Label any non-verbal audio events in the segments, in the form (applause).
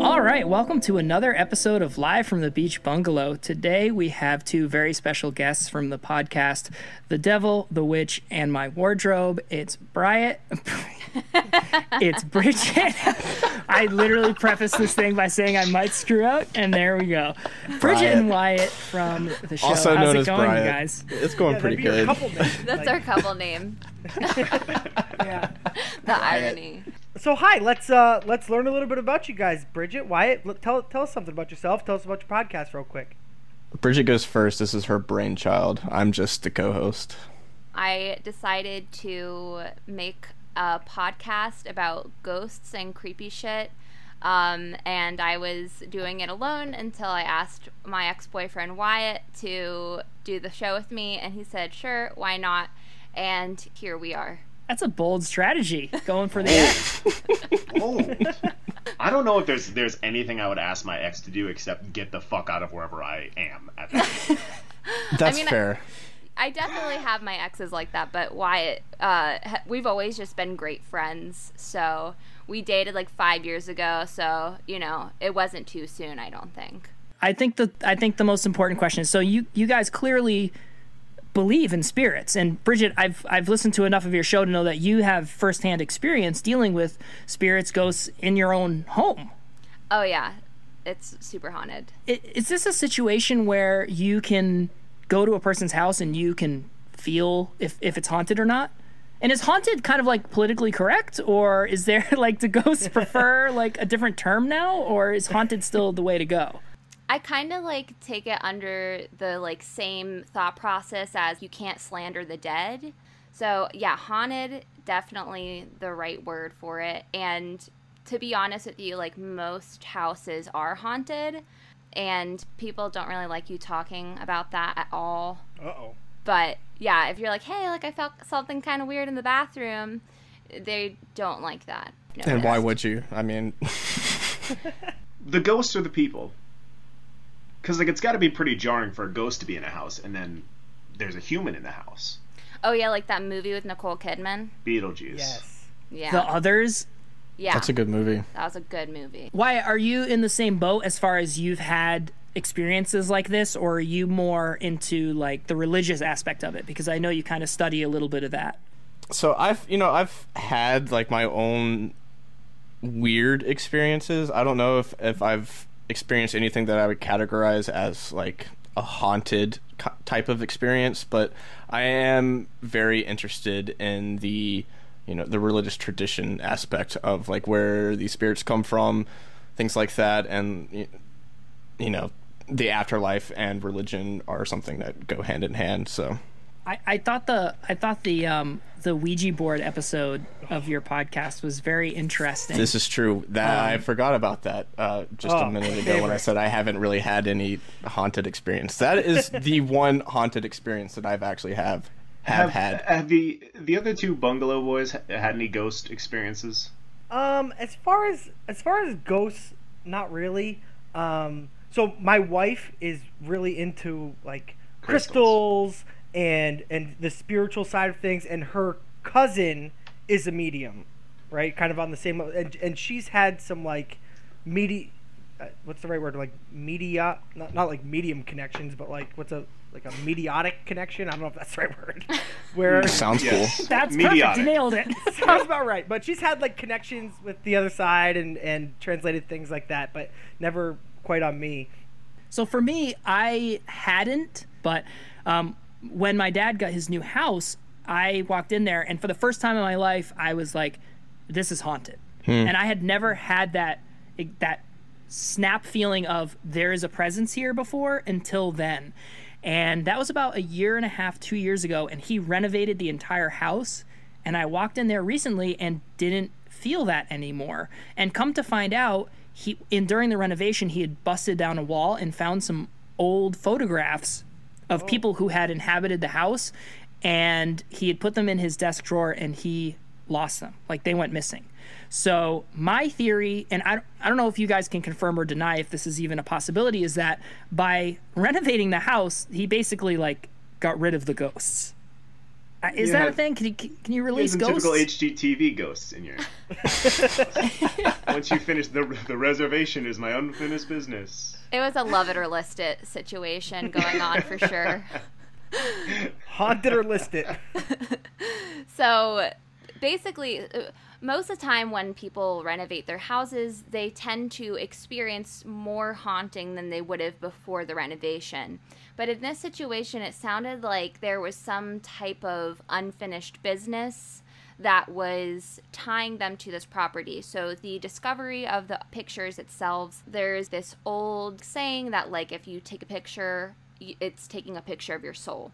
All right, welcome to another episode of Live from the Beach Bungalow. Today we have two very special guests from the podcast, The Devil, The Witch, and My Wardrobe. It's Bryant. (laughs) it's Bridget. (laughs) I literally prefaced this thing by saying I might screw up, and there we go. Bridget and Wyatt from the show. also How's known it as going, you Brian. guys? It's going pretty That'd be good. your couple name. (laughs) That's our couple name. (laughs) Yeah. (laughs) The irony. So hi, let's uh let's learn a little bit about you guys, Bridget. Wyatt, look, tell tell us something about yourself. Tell us about your podcast real quick. Bridget goes first. This is her brainchild. I'm just the co-host. I decided to make a podcast about ghosts and creepy shit. Um, and I was doing it alone until I asked my ex boyfriend Wyatt to do the show with me. And he said, sure, why not? And here we are. That's a bold strategy, going for the (laughs) Oh. I don't know if there's there's anything I would ask my ex to do except get the fuck out of wherever I am at that moment. That's mean, I- fair. I definitely have my exes like that, but Wyatt, uh, ha- we've always just been great friends. So we dated like five years ago. So, you know, it wasn't too soon, I don't think. I think the I think the most important question is so you you guys clearly believe in spirits and Bridget I've I've listened to enough of your show to know that you have firsthand experience dealing with spirits ghosts in your own home. Oh, yeah. It's super haunted. I- Is this a situation where you can go to a person's house and you can feel if if it's haunted or not? And is haunted kind of like politically correct or is there (laughs) like do ghosts prefer like a different term now or is haunted still the way to go? I kind of like take it under the like same thought process as you can't slander the dead. So, yeah, haunted definitely the right word for it. And to be honest with you, like most houses are haunted and people don't really like you talking about that at all. Uh oh. But yeah, if you're like, "Hey, like I felt something kind of weird in the bathroom," they don't like that. No, And it's- why would you? I mean, The ghosts or the people? Because like it's got to be pretty jarring for a ghost to be in a house and then there's a human in the house. Oh yeah, like that movie with Nicole Kidman. Beetlejuice. Yes. Yeah. The others yeah. that's a good movie. that was a good movie. Why are you in the same boat as far as you've had experiences like this, or are you more into like the religious aspect of it? Because I know you kind of study a little bit of that. So I've, you know, I've had like my own weird experiences. I don't know if if I've experienced anything that I would categorize as like a haunted ki- type of experience, but I am very interested in the, you know, the religious tradition aspect of like where these spirits come from, things like that, and y- you know, the afterlife and religion are something that go hand in hand. So I, I thought the I thought the um, the Ouija board episode of your podcast was very interesting. This is true. That I forgot about that uh, just Oh, a minute ago when favorite. I said I haven't really had any haunted experience. That (laughs) is the one haunted experience that I've actually have have, had. Have the the other two bungalow boys ha- had any ghost experiences? Um, as far as as far as ghosts, not really. Um, so my wife is really into like Crystals. crystals, and and the spiritual side of things, and her cousin is a medium, right? Kind of on the same level, and and she's had some like medi, uh, what's the right word? Like media, not not like medium connections, but like what's a like a mediotic connection? I don't know if that's the right word. Where Sounds cool. That's perfect. You Mediotic. nailed it. (laughs) sounds about right. But she's had like connections with the other side and and translated things like that, but never quite on me. So for me, I hadn't, but um, when my dad got his new house, I walked in there, and for the first time in my life, I was like, "This is haunted," and I had never had that that snap feeling of there is a presence here before until then. And that was about a year and a half, two years ago, and he renovated the entire house. And I walked in there recently and didn't feel that anymore. And come to find out, he in during the renovation he had busted down a wall and found some old photographs Oh. of people who had inhabited the house and he had put them in his desk drawer and he lost them. Like they went missing. So my theory, and I, I don't know if you guys can confirm or deny if this is even a possibility, is that by renovating the house, he basically like got rid of the ghosts. Uh, Is Yeah. that a thing? Can you can you release Some ghosts? typical HGTV ghosts in here. Once you finish the the reservation is my unfinished business. It was a love it or list it situation going on for sure. Haunted or listed. So basically, uh, most of the time when people renovate their houses, they tend to experience more haunting than they would have before the renovation. But in this situation, it sounded like there was some type of unfinished business that was tying them to this property. So the discovery of the pictures itself, there's this old saying that like if you take a picture, y- it's taking a picture of your soul.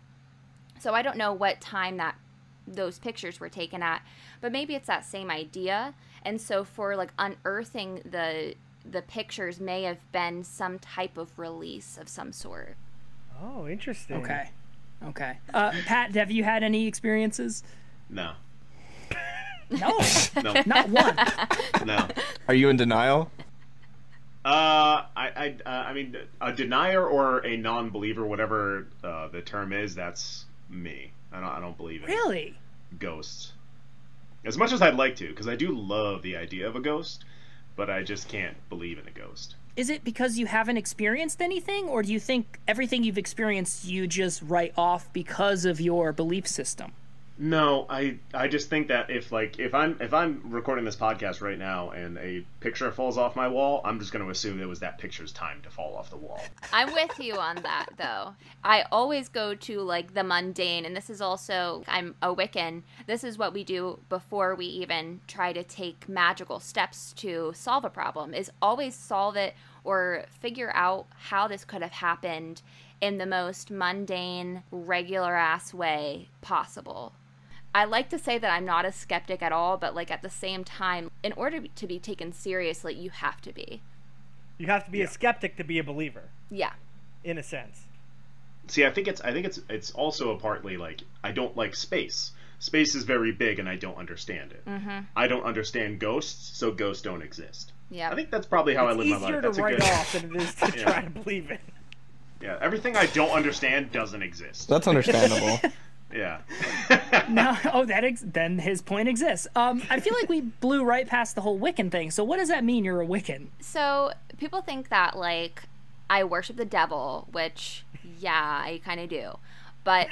So I don't know what time that those pictures were taken at, but maybe it's that same idea. And so for like unearthing the the pictures may have been some type of release of some sort. Oh, interesting. Okay, okay. Uh, Pat, have you had any experiences? No, (laughs) No, no, not one. (laughs) no. Are you in denial? Uh, I, I, uh, I mean, a denier or a non-believer, whatever uh, the term is, that's me. I don't, I don't believe in Really? ghosts. As much as I'd like to, because I do love the idea of a ghost, but I just can't believe in a ghost. Is it because you haven't experienced anything, or do you think everything you've experienced you just write off because of your belief system? No, I, I just think that if like if I'm if I'm recording this podcast right now and a picture falls off my wall, I'm just going to assume it was that picture's time to fall off the wall. I'm with you on that though. I always go to like the mundane and this is also I'm a Wiccan. This is what we do before we even try to take magical steps to solve a problem is always solve it or figure out how this could have happened in the most mundane, regular ass way possible. I like to say that I'm not a skeptic at all, but like at the same time, in order to be taken seriously, you have to be. You have to be a skeptic to be a believer, Yeah. in a sense. See, I think it's I think it's it's also a partly like I don't like space. Space is very big, and I don't understand it. Mm-hmm. I don't understand ghosts, so ghosts don't exist. Yeah. I think that's probably how I live my Easier life. to That's a write good. off than it is (laughs) to try to believe in. Yeah, everything I don't understand doesn't (laughs) exist. That's understandable. Yeah. No. (laughs) Oh, that ex- then his point exists. Um, I feel like we blew right past the whole Wiccan thing. So what does that mean? You're a Wiccan? So people think that like I worship the devil, which yeah, I kind of do. But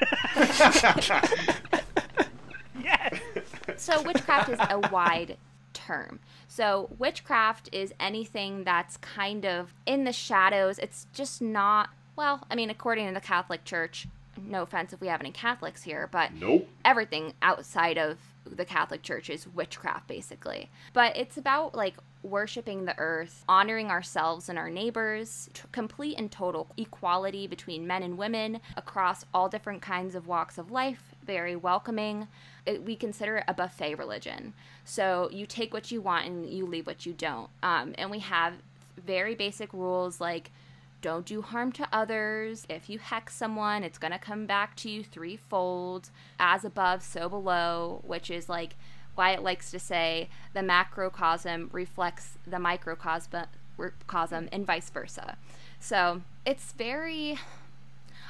Yes. so witchcraft is a wide term. So witchcraft is anything that's kind of in the shadows. It's just not well, I mean according to the Catholic Church, no offense if we have any Catholics here, but (laughs) nope. everything outside of the Catholic Church is witchcraft, basically. But it's about like worshiping the earth, honoring ourselves and our neighbors, t- complete and total equality between men and women across all different kinds of walks of life, very welcoming. It, we consider it a buffet religion. So you take what you want and you leave what you don't. Um, and we have very basic rules like don't do harm to others. If you hex someone, it's going to come back to you threefold, as above, so below, which is like why it likes to say the macrocosm reflects the microcosm cosm, and vice versa. So it's very.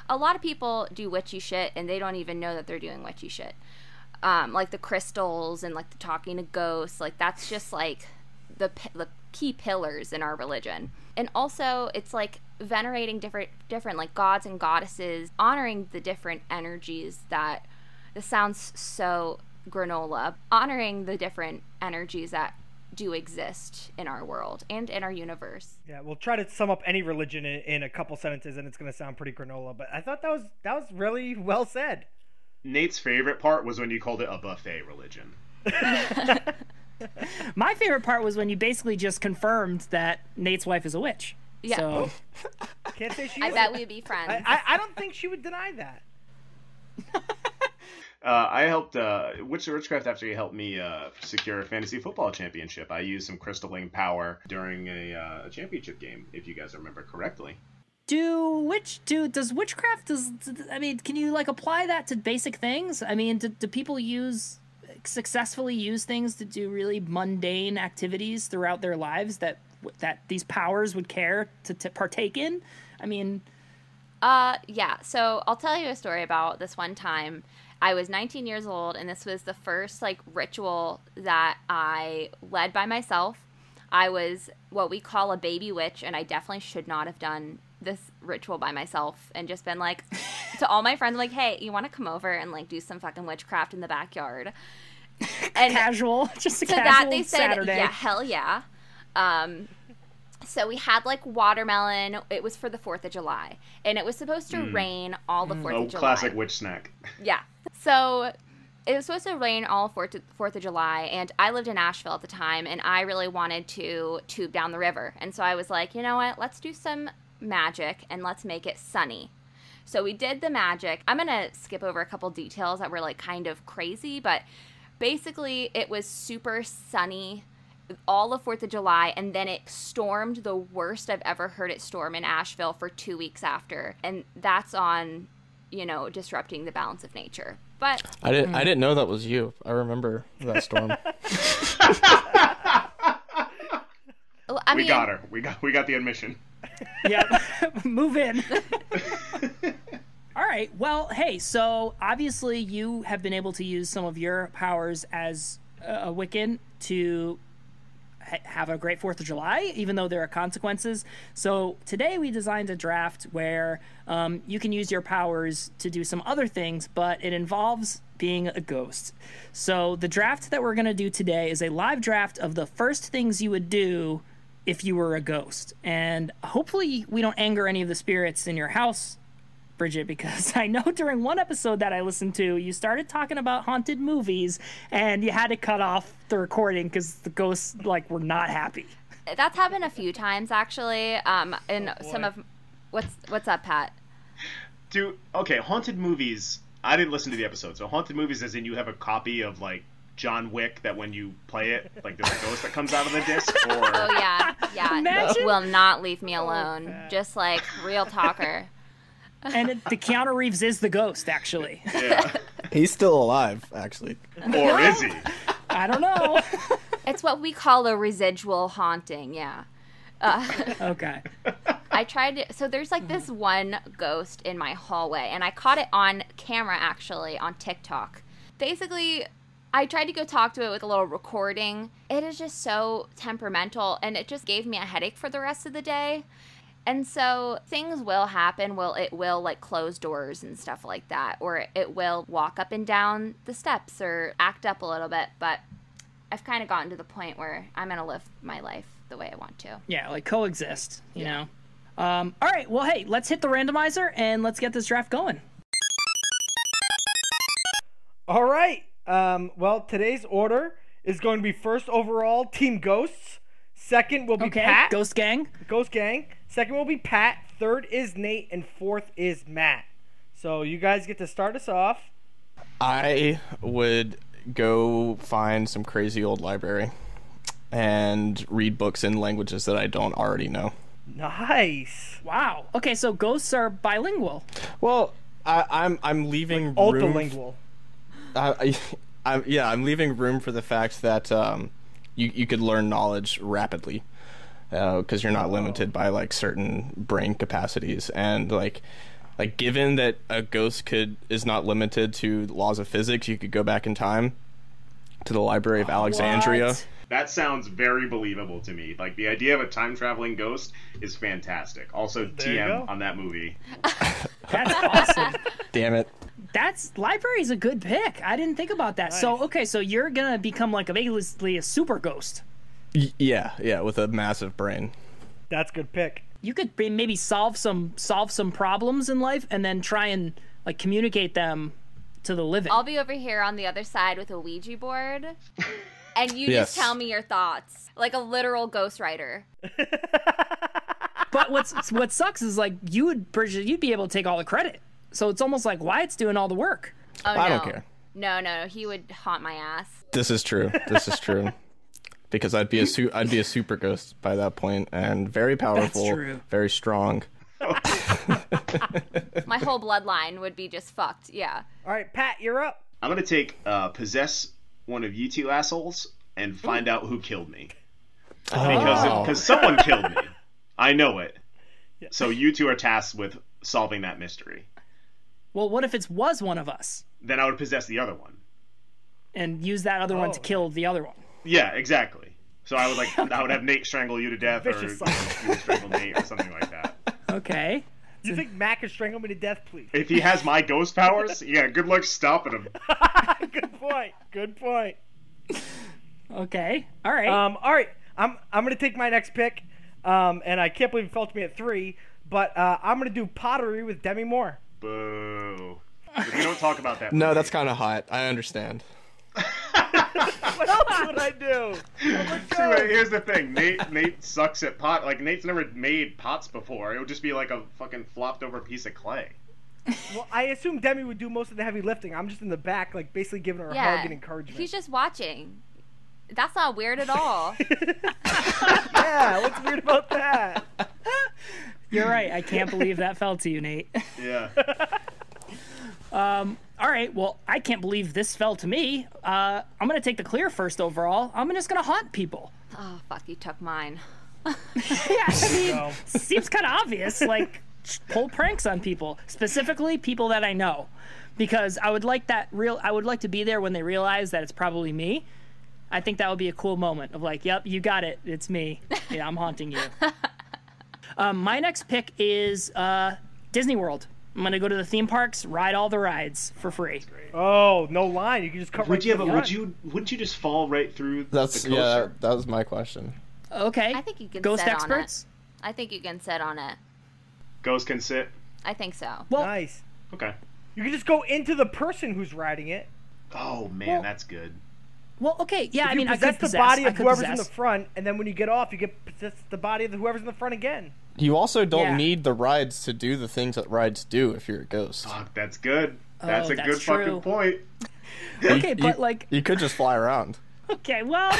A lot of people do witchy shit and they don't even know that they're doing witchy shit. Um, like the crystals and like the talking to ghosts, like that's just like the pi- the key pillars in our religion. And also, it's like venerating different different like gods and goddesses, honoring the different energies that this sounds so granola, honoring the different energies that do exist in our world and in our universe. Yeah, we'll try to sum up any religion in, in a couple sentences, and it's going to sound pretty granola. But I thought that was that was really well said. Nate's favorite part was when you called it a buffet religion. My favorite part was when you basically just confirmed that Nate's wife is a witch. Yeah. So, Can't say she. I was- bet we'd be friends. I, I, I don't think she would deny that. Uh, I helped uh, Witch of Witchcraft actually helped me uh, secure a fantasy football championship. I used some crystalline power during a, uh, a championship game, if you guys remember correctly. do witch do does witchcraft does I mean can you like apply that to basic things? I mean, do, do people use successfully use things to do really mundane activities throughout their lives that that these powers would care to, to partake in. I mean, Uh, yeah. So I'll tell you a story about this one time. I was 19 years old, and this was the first like ritual that I led by myself. I was what we call a baby witch, and I definitely should not have done this ritual by myself and just been like (laughs) to all my friends, like, hey, you want to come over and like do some fucking witchcraft in the backyard? And casual, (laughs) just a to casual that they said Saturday. yeah hell yeah um so we had like watermelon it was for the fourth of july and it was supposed to rain all the fourth Oh, of july classic witch snack. yeah so it was supposed to rain all fourth of, fourth of july and i lived in asheville at the time and i really wanted to tube down the river and so i was like you know what let's do some magic and let's make it sunny so we did the magic. I'm going to skip over a couple details that were like kind of crazy, but basically it was super sunny all of 4th of July and then it stormed the worst I've ever heard it storm in Asheville for 2 weeks after. And that's on, you know, disrupting the balance of nature. But I didn't. I didn't know that was you. I remember that (laughs) storm. well, I we mean got her. We got we got the admission. Yep. (laughs) Move (laughs) in. (laughs) All right. Well, hey, so obviously you have been able to use some of your powers as a a Wiccan to ha- have a great 4th of July, even though there are consequences. So today we designed a draft where um, you can use your powers to do some other things, but it involves being a ghost. So the draft that we're going to do today is a live draft of the first things you would do if you were a ghost. And hopefully we don't anger any of the spirits in your house. Bridget, because (laughs) I know during one episode that I listened to, you started talking about haunted movies and you had to cut off the recording because the ghosts like were not happy. that's happened a few times actually um in Oh, boy. some of what's what's up, Pat? Do okay, haunted movies. I didn't listen to the episode, so haunted movies as in you have a copy of like John Wick that when you play it, like there's a ghost that comes out of the (laughs) disc, or Oh (laughs) yeah, yeah. Imagine- Will not leave me alone. Oh, Pat. Just like real talker. And it, the Keanu Reeves is the ghost, actually. yeah. He's still alive, actually. or is he? I don't know. It's what we call a residual haunting, yeah. Okay. I tried to, so there's like this one ghost in my hallway, and I caught it on camera actually on TikTok. Basically, I tried to go talk to it with a little recording. It is just so temperamental, and it just gave me a headache for the rest of the day. And so things will happen. Will it will like close doors and stuff like that, or it will walk up and down the steps or act up a little bit. But I've kind of gotten to the point where I'm gonna live my life the way I want to. Yeah, like coexist, you know? Um, all right. Well, hey, let's hit the randomizer and let's get this draft going. All right. Um, well, today's order is going to be first overall Team Ghosts. Second will be Okay. Pat Ghost Ghost. Gang. Gang. Second will be Pat. Third is Nate, and fourth is Matt. So you guys get to start us off. I would go find some crazy old library and read books in languages that I don't already know. Nice. Wow. Okay, so ghosts are bilingual. Well, I, I'm I'm leaving room. Ultralingual. I, (laughs) I, I, yeah, I'm leaving room for the fact that um, you you could learn knowledge rapidly because you're not limited by like certain brain capacities and like like given that a ghost could is not limited to laws of physics, you could go back in time to the Library of Alexandria. What? That sounds very believable to me. Like the idea of a time traveling ghost is fantastic. Also, There you go. TM on that movie. That's awesome. Damn it. That's library's a good pick. I didn't think about that. So okay, so you're gonna become like a basically a super ghost. Y- yeah, yeah, with a massive brain. That's good pick. You could be, maybe solve some solve some problems in life and then try and like communicate them to the living. I'll be over here on the other side with a Ouija board. And you Yes. just tell me your thoughts, like a literal ghostwriter. but what's what sucks is like you would Bridget, you'd be able to take all the credit. So it's almost like Wyatt's doing all the work. Oh, I no. don't care. No, no, no. He would haunt my ass. This is true. This is true. Because I'd be a su- I'd be a super ghost by that point and very powerful, true. very strong. My whole bloodline would be just fucked. Yeah. All right, Pat, you're up. I'm gonna take uh, possess one of you two assholes and find out who killed me Oh. because Oh. because someone killed (laughs) me. I know it. So you two are tasked with solving that mystery. Well, what if it was one of us Then I would possess the other one. and use that other one to Oh. kill the other one? Yeah, exactly. So I would (laughs) like I would have Nate strangle you to death, or you Vicious cycle. would strangle Nate, or something like that. Okay. Do you (laughs) think Mac could strangle me to death, please? If he has my ghost powers, yeah, good luck stopping him. (laughs) Good point. Good point. Okay. All right. Um, all right, I'm I'm gonna take my next pick, um, and I can't believe it fell to me at three, but uh, I'm gonna do pottery with Demi Moore. Boo. But we don't talk about that. No, movie. that's kind of hot. I understand. What else would I do? See, wait, here's the thing. Nate Nate sucks at pot. Like Nate's never made pots before. It would just be like a fucking flopped over piece of clay. (laughs) Well, I assume Demi would do most of the heavy lifting. I'm just in the back, like basically giving her a Yeah. hug and encouragement. He's just watching. That's not weird at all. yeah, what's weird (laughs) about that? You're right. I can't believe that fell to you, Nate. (laughs) Yeah. All right. Well, I can't believe this fell to me. Uh, I'm going to take the clear first overall. I'm just going to haunt people. (laughs) oh fuck, you took mine. Yeah, I mean, seems kind of obvious. Like, sh- pull pranks on people, specifically people that I know, because I would like that real. I would like to be there when they realize that it's probably me. I think that would be a cool moment of like, "Yep, you got it. It's me. Yeah, I'm haunting you." um, my next pick is uh, Disney World. I'm gonna go to the theme parks, ride all the rides for free. Oh, no line. You can just cut right Would you? to But the would line. you? Wouldn't you just fall right through? That's the yeah. coaster? That was my question. Okay. I think you can Ghost sit on it. experts. I think you can sit on it. Ghost can sit. I think so. Well, Nice. Okay. You can just go into the person who's riding it. Oh man, Well- that's good. well, okay, yeah. I you mean, I could possess the possess. body I of could whoever's in possess. the front, and then when you get off, you get possess the body of whoever's in the front again. You also don't Yeah. need the rides to do the things that rides do if you're a ghost. Fuck, that's good. That's Oh, a that's good true. fucking point. okay, You- but like, you could just fly around. Okay, well, (laughs)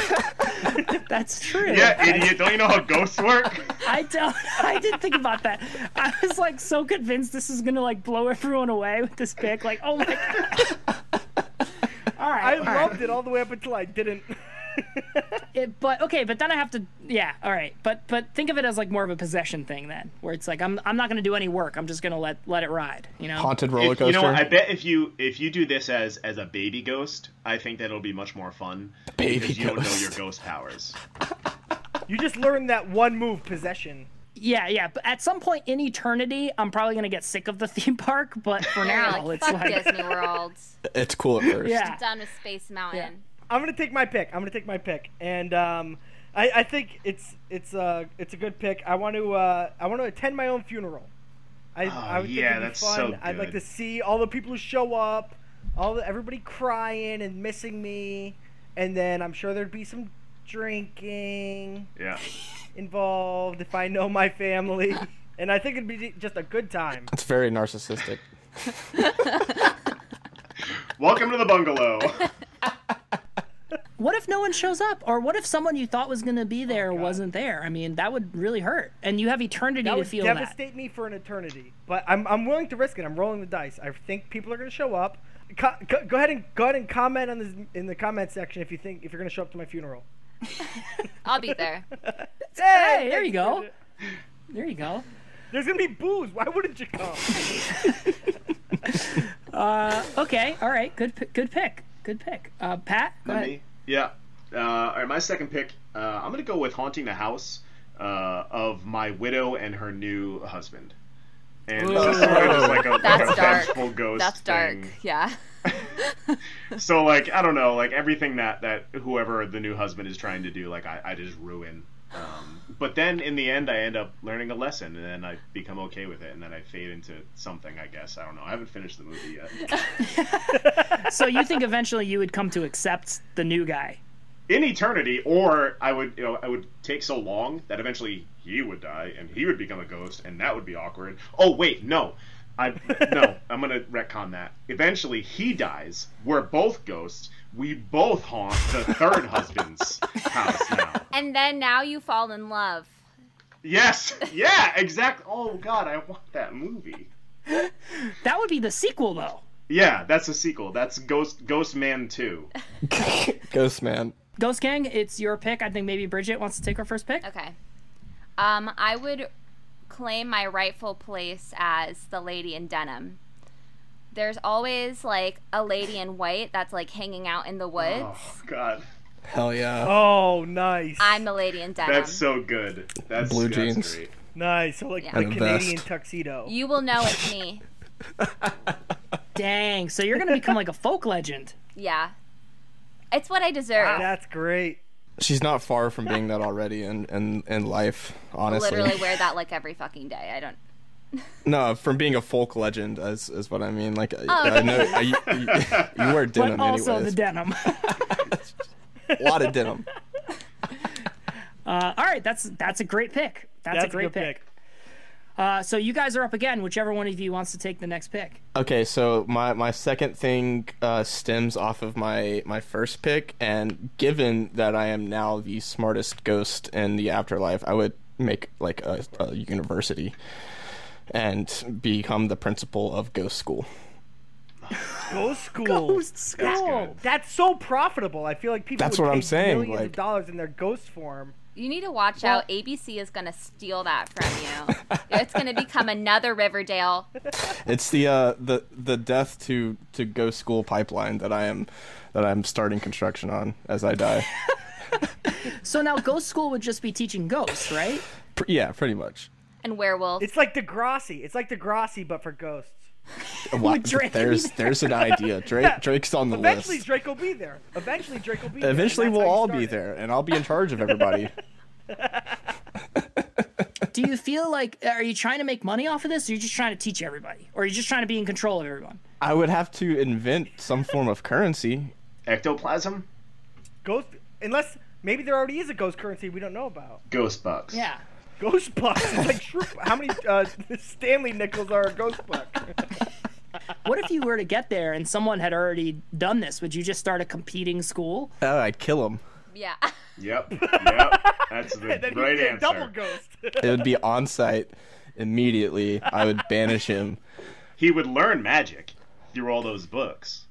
that's true. Yeah, idiot. Don't you know how ghosts work? I don't. I didn't think about that. I was like so convinced this is gonna like blow everyone away with this pick. Like, oh my (laughs) god. All right, I all right. loved it all the way up until I didn't. (laughs) It- but okay, but then I have to. Yeah, all right. But but think of it as like more of a possession thing then, where it's like I'm I'm not gonna do any work. I'm just gonna let let it ride. You know. Haunted roller If- coaster. you know what? I bet if you if you do this as as a baby ghost, I think that'll be much more fun Baby because you don't know ghost. your ghost powers. you just learned that one move, possession. Yeah, yeah. But at some point in eternity, I'm probably gonna get sick of the theme park. But for You're now, like, it's fuck like Disney World. It's cool at (laughs) first. yeah. Done with Space Mountain. I'm gonna take my pick. I'm gonna take my pick, and um, I, I think it's it's uh, it's a good pick. I want to uh, I want to attend my own funeral. I, I Oh, yeah, would think it'd be that's fun. so I'd like to good. see all the people who show up, all the, everybody crying and missing me, and then I'm sure there'd be some drinking Yeah. involved if I know (laughs) my family, and I think it'd be just a good time. It's very (laughs) narcissistic. Welcome to the bungalow. (laughs) What if no one shows up? Or what if someone you thought was going to be there wasn't there? I mean, that would really hurt. And you have eternity That to would feel that. devastate me for an eternity. But I'm, I'm willing to risk it. I'm rolling the dice. I think people are going to show up. Co- go, go ahead and go ahead and comment on this in the comment section if you think if you're going to show up to my funeral. I'll be there. Hey, there thanks, you go. Bridget. There you go. There's going to be booze. Why wouldn't you come? (laughs) Okay. All right. Good. p- Good pick. Good pick. Uh, Pat. Go Not ahead. me. Yeah. Uh, all right, my second pick. Uh, I'm gonna go with haunting the house uh, of my widow and her new husband. And this is sort of just like a, like That's a dark. vengeful ghost. That's dark. thing. Yeah. So like I don't know, like everything that that whoever the new husband is trying to do, like I, I just ruin. Um, but then in the end, I end up learning a lesson, and then I become okay with it, and then I fade into something. I guess I don't know. I haven't finished the movie yet. So you think eventually you would come to accept the new guy? in eternity, or I would you know I would take so long that eventually he would die, and he would become a ghost, and that would be awkward. Oh wait, no. I, no, I'm gonna retcon that. Eventually, he dies. We're both ghosts. We both haunt the third husband's house now. And then now you fall in love. Yes. Yeah. Exactly. Oh God, I want that movie. That would be the sequel, though. Yeah, that's a sequel. That's Ghost Ghost Man Two. Ghost man. Ghost Gang, it's your pick. I think maybe Bridget wants to take her first pick. Okay. Um, I would claim my rightful place as the lady in denim. There's always like a lady in white that's like hanging out in the woods. Oh God, Hell yeah. Oh, nice. I'm the lady in denim. that's so good. That's Blue that's jeans. great. nice. So like Yeah. the And a Canadian vest. tuxedo. You will know it's me. Dang. So you're gonna become like a folk legend. yeah. It's what I deserve. That's great. She's not far from being that already in in, in life, honestly. Literally wear that like every fucking day. I don't. No, from being a folk legend is, is what I mean. Like I, Oh, I know I, you, you (laughs) wear But denim also anyways. the denim. (laughs) a lot of denim. Uh, all right, that's that's a great pick. That's, That's a great good pick. Uh, so you guys are up again. Whichever one of you wants to take the next pick. Okay, so my, my second thing uh, stems off of my, my first pick, and given that I am now the smartest ghost in the afterlife, I would make like a, a university and become the principal of ghost school. (gasps) Ghost school. That's Cool. good. That's so profitable. I feel like people. That's would what I'm pay saying, Millions like- of dollars in their ghost form. You need to watch out. ABC is gonna steal that from you. it's gonna become another Riverdale. It's the uh, the the death to to ghost school pipeline that I am that I'm starting construction on as I die. So now ghost school would just be teaching ghosts, right? Pr- yeah, pretty much. and werewolf. It's like Degrassi. It's like Degrassi, but for ghosts. Wow, Drake there's either. there's an idea. Drake Drake's on the Eventually, list. Drake will be there. Eventually, Drake will be there. Eventually, That's we'll how you all start be it. there, and I'll be in charge of (laughs) everybody. Do you feel like are you trying to make money off of this? Or you're just trying to teach everybody, or you're just trying to be in control of everyone? I would have to invent some form of currency. Ectoplasm, Ghost, unless maybe there already is a ghost currency we don't know about. ghost bucks. Yeah. Ghost bucks. It's (laughs) like true. How many uh, Stanley nickels are a ghost (laughs) buck? What if you were to get there and someone had already done this? Would you just start a competing school? Oh, I'd kill him. yeah. (laughs) Yep. Yep. That's the Then he'd right be a answer. double ghost. (laughs) It would be on site immediately. I would banish him. He would learn magic through all those books.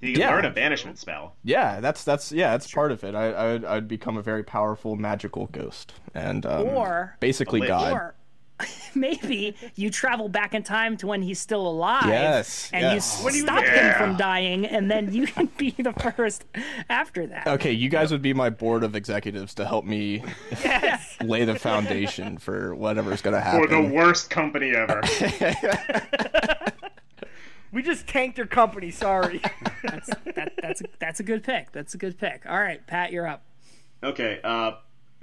He could Yeah. learn a banishment spell. Yeah, that's that's yeah, that's part of it. I, I would I'd become a very powerful magical gist and um, Or- basically Lich. god. Or (laughs) maybe you travel back in time to when he's still alive. Yes, And you yes. s- stop him Yeah. from dying, and then you can be the first after that. Okay, you guys would be my board of executives to help me (laughs) yes. (laughs) lay the foundation for whatever's gonna Or happen. the worst company ever. (laughs) We just tanked your company. Sorry. (laughs) That's, that, that's, a, that's a good pick. That's a good pick. All right, Pat, you're up. Okay. Uh,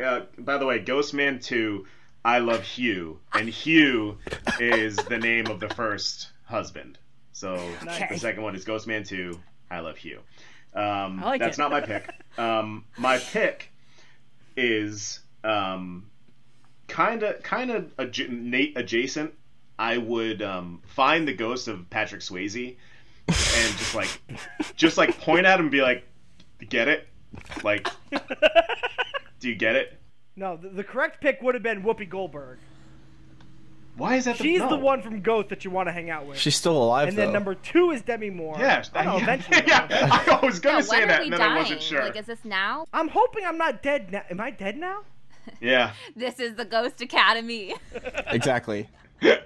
uh, by the way, Ghostman 2, I love Hugh. And Hugh is the name of the first husband. So Okay. the second one is Ghostman 2, I love Hugh. Um, I like that's it. not my pick. Um, my pick is um, kind of kind of adj- Nate adjacent. I would um, find the ghost of Patrick Swayze and just like just like point at him and be like, "Get it? Like, do you get it? No, the, the correct pick would have been Whoopi Goldberg. Why is that? She's no. the one from Ghost that you want to hang out with. She's still alive and though. then number two is Demi Moore. Yeah, I know, (laughs) yeah, eventually. yeah, (laughs) I was gonna Yeah, say when that, are we and then dying? I wasn't sure. Like, is this now? I'm hoping I'm not dead now. Am I dead now? Yeah, This is the Ghost Academy. exactly.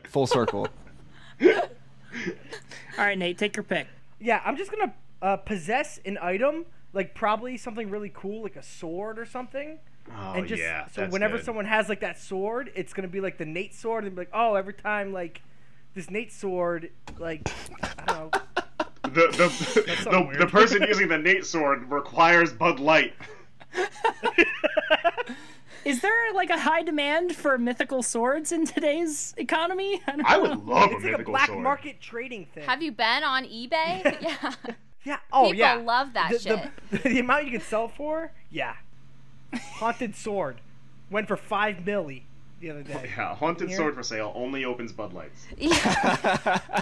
Full circle. All right, Nate, take your pick. Yeah, I'm just gonna uh, possess an item, like probably something really cool, like a sword or something. oh, and just yeah. so that's whenever good. someone has like that sword, it's gonna be like the Nate sword, and be like, oh, every time like this Nate sword, like I (laughs) don't know. the (laughs) the, something the, the weird. person using the Nate sword requires Bud Light. Is there like a high demand for mythical swords in today's economy? I don't I would love a It's like a mythical black sword. market trading thing. Have you been on eBay? yeah. yeah. (laughs) Oh People yeah. love that the, shit. The, (laughs) the amount you could sell for, yeah. Haunted sword went for five milli the other day. Yeah, haunted sword for sale only opens Bud Lights. yeah.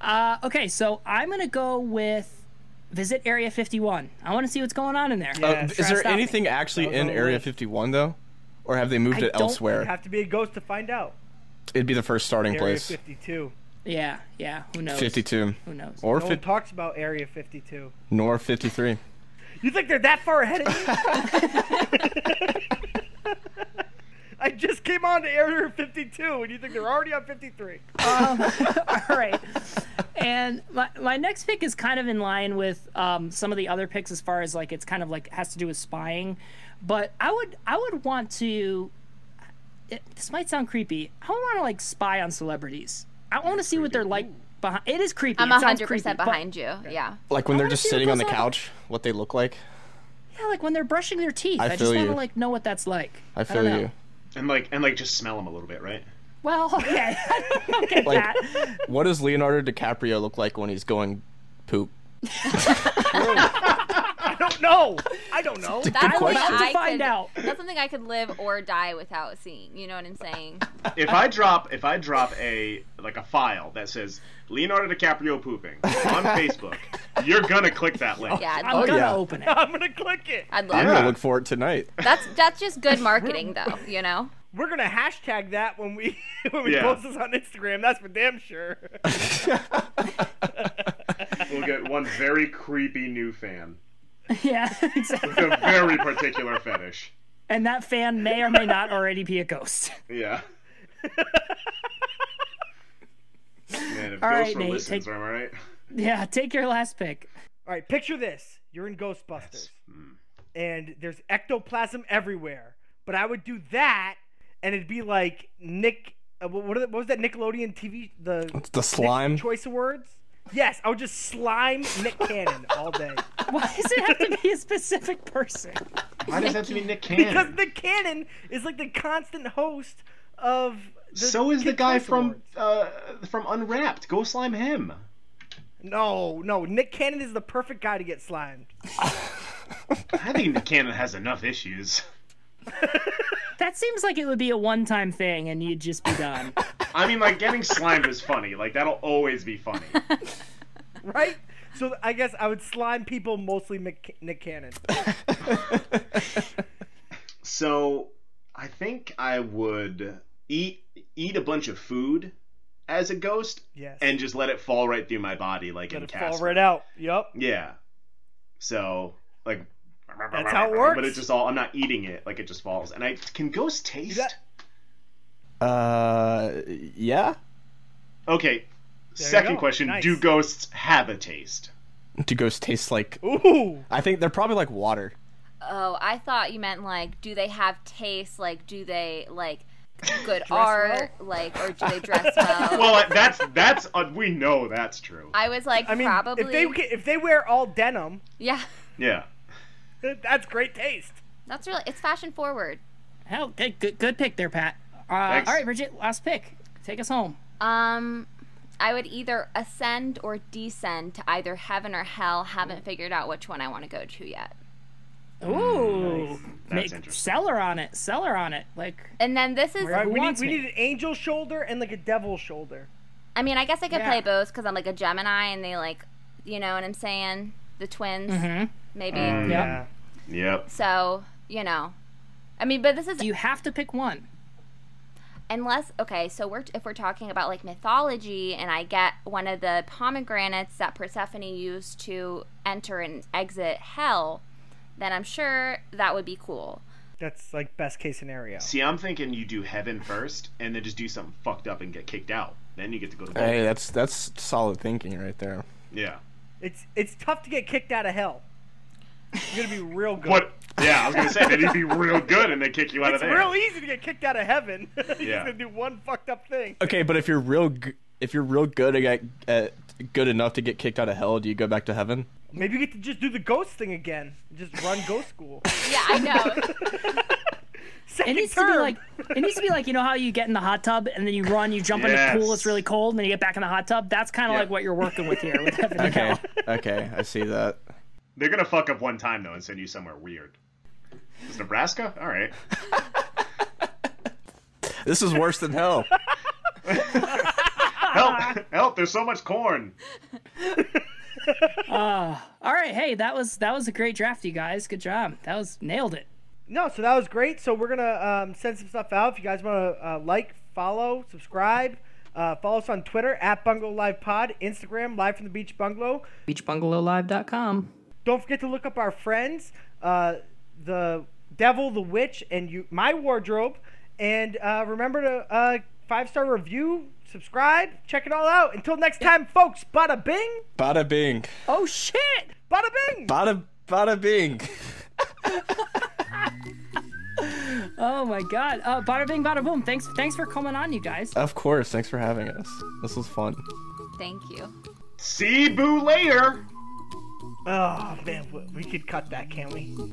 Uh, okay, so I'm gonna go with visit Area 51. I want to see what's going on in there. Oh, Yeah. try Uh, is to there stop me. anything actually was on in the Area list. 51 though, or have they moved I it don't You elsewhere? have to be a ghost to find out. It'd be the first starting Area place. 52. Yeah, yeah. Who knows? 52 Who knows? or No one fif- talks about Area 52. nor 53. You think they're that far ahead of me? I just came on to Area 52, and you think they're already on 53? (laughs) All right. And my, my next pick is kind of in line with um, some of the other picks as far as like it's kind of like has to do with spying, but I would I would want to. It, this might sound creepy. I want to like spy on celebrities. I want to see what they're like behind. It is creepy. I'm it sounds 100% creepy, but- behind you. Yeah. Like when they're just see what sitting on the goes on. couch, what they look like. yeah, like when they're brushing their teeth. I I, just feel want you. to like know what that's like. I don't feel know. you. And like and like just smell them a little bit, right? Well, (laughs) okay, okay, Like- that. (laughs) What does Leonardo DiCaprio look like when he's going poop? I don't know. I don't know. That's Good something question. I About to find could- out. That's something I could live or die without seeing. You know what I'm saying? If I drop if I drop a like a file that says Leonardo DiCaprio pooping (laughs) on Facebook, you're gonna click that link. Yeah. I'd I'm love, gonna oh, yeah. open it. (laughs) (laughs) I'm going to click it. I'd I'm love gonna Yeah. look for it tonight. That's that's just good marketing, though. You know. We're going to hashtag that when we (laughs) when we Yeah. post this on Instagram. That's for damn sure. (laughs) We'll get one very creepy new fan. Yeah, (laughs) exactly. With a very particular fetish. And that fan may or may not already be a ghost. (laughs) Yeah. Man, if All ghosts right, were Nate, listens, take- am I right? Yeah, take your last pick. All right, picture this. You're in Ghostbusters, and there's ectoplasm everywhere. But I would do that, and it'd be like Nick. Uh, wh- what, are the, what was that Nickelodeon TV? The It's the slime. Choice Awards. Yes, I would just slime Nick Cannon all day Why does it have to be a specific person? Why does that have to be Nick (laughs) because Cannon? Nick Cannon is like the constant host of. The So is the Kid guy Choice from Awards. uh, from Unwrapped. Go slime him. No, no, Nick Cannon is the perfect guy to get slimed. I think Nick Cannon has enough issues. That seems like it would be a one time thing and you'd just be done. I mean, like getting slimed is funny. Like that'll always be funny. right? So I guess I would slime people mostly Mc- Nick Cannon. So I think I would eat eat a bunch of food as a ghost Yes. and just let it fall right through my body, like Let in it fall Casper. right out. Yep. Yeah. So like That's how it works. But it just all I'm not eating it. Like it just falls. And I can ghosts taste. That- Uh, yeah. Okay. There you Second go. question: Nice. Do ghosts have a taste? Do ghosts taste like? Ooh. I think they're probably like water. Oh, I thought you meant like, do they have taste? Like, do they like good art? Like, or do they dress well? Well, that's that's uh, we know that's true. I was like, I mean, probably. if they ca- if they wear all denim, yeah, Yeah. that's great taste. that's really it's fashion forward. Hell, good, good, good pick there, Pat. Uh, Thanks. all right, Bridget, last pick. Take us home. Um, I would either ascend or descend to either heaven or hell. Mm. Haven't figured out which one I want to go to yet. Ooh. That's Make interesting. seller on it. Seller on it. Like, And then this is, All right, Who we need wants we me? need an angel shoulder and like a devil shoulder. I mean, I guess I could Yeah. play both because I'm like a Gemini and they like, you know what I'm saying? The twins, Mm-hmm. maybe. yeah. Yep. So, you know. I mean, but this is Do you have to pick one? unless okay so we're if we're talking about like mythology and i get one of the pomegranates that persephone used to enter and exit hell then i'm sure that would be cool That's like best case scenario. See, I'm thinking you do heaven first, and then just do something fucked up and get kicked out. Then you get to go to hell. Hey, that's that's solid thinking right there. Yeah. It's it's tough to get kicked out of hell. You're gonna be real good. What? Yeah, I was gonna say that he'd be real good, and they kick you out It's of there. real easy to get kicked out of heaven. (laughs) You're just Yeah. gonna do one fucked up thing. Okay, but if you're real, g- if you're real good at, at good enough to get kicked out of hell, do you go back to heaven? Maybe you get to just do the ghost thing again. Just run ghost school. yeah (laughs) i know Second It needs to be term. like it needs to be like you know how you get in the hot tub and then you run, you jump in Yes. the pool, it's really cold, and then you get back in the hot tub. That's kind of Yeah. like what you're working with here. With Heaven and Okay, Hell. okay, I see that. They're gonna fuck up one time though, and send you somewhere weird. Is Nebraska? All right. This is worse than hell. Help! (laughs) Help! There's so much corn. All right, hey, that was that was a great draft, you guys. Good job. That was nailed it. No, so that was great. So we're gonna um, send some stuff out. If you guys want to uh, like, follow, subscribe, Uh, follow us on Twitter at Bungalow Live Pod, Instagram Live from the Beach Bungalow. Beachbungalowlive.com. Don't forget to look up our friends, uh, the Devil, the Witch, and you, my wardrobe. And uh, remember to uh, five star review, subscribe, check it all out. Until next time, folks. Bada bing, Bada bing. Oh shit! bada bing. Bada bada bing. Oh my god. Uh, bada bing, bada boom. Thanks, thanks for coming on, you guys. Of course. Thanks for having us. This was fun. Thank you. See boo later. Oh man, we- we could cut that, can't we?